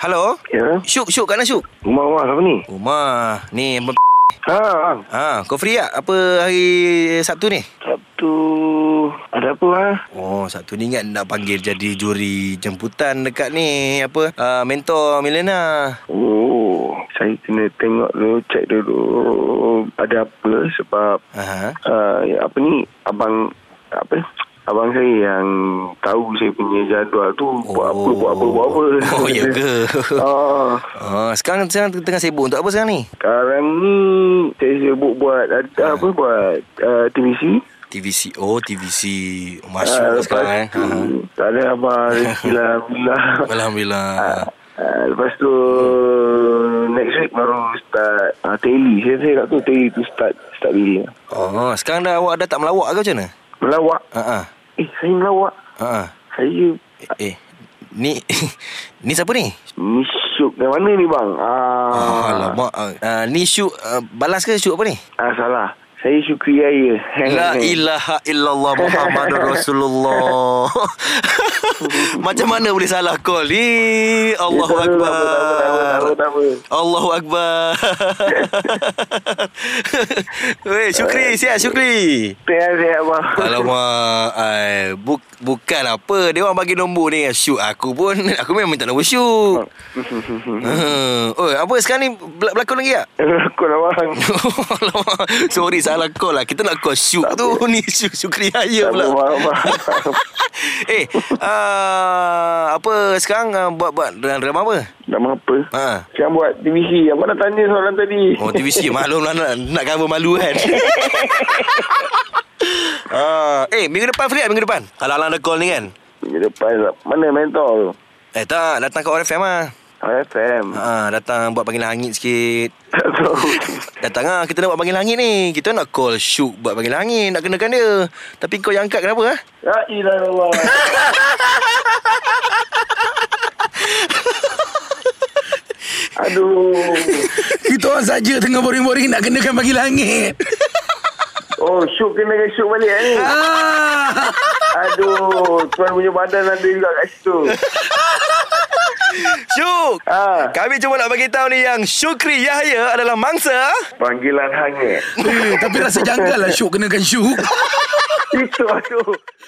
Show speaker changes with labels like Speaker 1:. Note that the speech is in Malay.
Speaker 1: Hello?
Speaker 2: Ya.
Speaker 1: Syuk, Syuk, kat mana Syuk?
Speaker 2: Rumah rumah apa ni?
Speaker 1: Umar, ni abang
Speaker 2: Ha, bang.
Speaker 1: Ha, kau free tak? Apa hari Sabtu ni?
Speaker 2: Sabtu ada apa ha?
Speaker 1: Oh, Sabtu ni ingat nak panggil jadi juri jemputan dekat ni apa? Uh, mentor Milena.
Speaker 2: Oh, saya kena tengok dulu, cek dulu ada apa sebab
Speaker 1: Aha.
Speaker 2: uh, apa ni abang apa Abang saya yang tahu saya punya jadual tu oh. buat apa, buat apa, buat apa.
Speaker 1: Oh, ya ke?
Speaker 2: Ah,
Speaker 1: Oh, sekarang sekarang tengah sibuk untuk apa sekarang ni?
Speaker 2: sekarang ni saya sibuk buat ada
Speaker 1: Ah.
Speaker 2: apa buat uh, TVC.
Speaker 1: TVC. Oh, TVC. Masuk
Speaker 2: Ah,
Speaker 1: uh,
Speaker 2: lepas
Speaker 1: sekarang eh.
Speaker 2: tu,
Speaker 1: Aha.
Speaker 2: tak ada abang Rezeki lah Alhamdulillah
Speaker 1: Alhamdulillah.
Speaker 2: Uh, lepas tu next week baru start uh, teli. Saya saya nak tu teli tu start start bila.
Speaker 1: Oh, sekarang dah awak dah tak melawak ke macam mana?
Speaker 2: Melawak.
Speaker 1: Ha ah.
Speaker 2: Eh saya melawak.
Speaker 1: Ha ah.
Speaker 2: Saya
Speaker 1: Eh, eh. Ni ni siapa ni?
Speaker 2: ni syuk yang mana ni bang? Ah,
Speaker 1: Ah. Alamak. Uh, ni syuk uh, balas ke syuk apa ni?
Speaker 2: Ah salah. Saya Syukri Raya.
Speaker 1: La ilaha illallah Muhammadur Rasulullah. Macam mana boleh salah call ni? Allahu
Speaker 2: tak apa,
Speaker 1: akbar.
Speaker 2: tak apa, tak apa, tak apa.
Speaker 1: Allahu akbar. Wei, Syukri, siap Syukri.
Speaker 2: Sehat-sehat bang.
Speaker 1: Alamak ai, bu, Bukan apa Dia orang bagi nombor ni Shoot aku pun Aku memang minta nombor shoot uh, Oi, Apa sekarang ni bel- Berlakon lagi tak?
Speaker 2: Aku lah bang.
Speaker 1: Alamak Sorry salah call lah Kita nak call shoot tu Ni shoot Syukri Raya
Speaker 2: Tak apa
Speaker 1: pula
Speaker 2: bang. bang.
Speaker 1: Eh uh, Apa sekarang uh, Buat-buat dra- drama apa?
Speaker 2: Nama apa?
Speaker 1: Ha
Speaker 2: Sekarang buat TVC. Abang nak tanya soalan tadi.
Speaker 1: Oh TVC Maklum lah nak, nak cover malu kan Ah, eh minggu depan free tak minggu depan? Kalau Alang ada call ni kan?
Speaker 2: Minggu depan lah. Mana mentor tu?
Speaker 1: Eh tak, datang kat RFM lah.
Speaker 2: RFM.
Speaker 1: Ha, datang buat panggilan langit sikit.
Speaker 2: Tak tahu.
Speaker 1: Datang ah kita nak buat panggilan langit ni. Kita nak call Syuk buat panggilan langit, nak kenakan dia. Tapi kau yang angkat kenapa ah?
Speaker 2: La ilaha illallah. Aduh.
Speaker 3: Kita orang saja tengah boring-boring nak kenakan pagi langit.
Speaker 2: Oh, syuk kena ke syuk balik eh, ni.
Speaker 3: Ah.
Speaker 2: Aduh, tuan punya badan ada juga kat situ.
Speaker 1: Syuk.
Speaker 2: Ha,
Speaker 1: Kami cuma nak bagi tahu ni yang Syukri Yahya adalah mangsa.
Speaker 2: panggilan hangat.
Speaker 3: Eh, tapi rasa janggal lah Syuk kenakan Syuk.
Speaker 2: Itu aduh.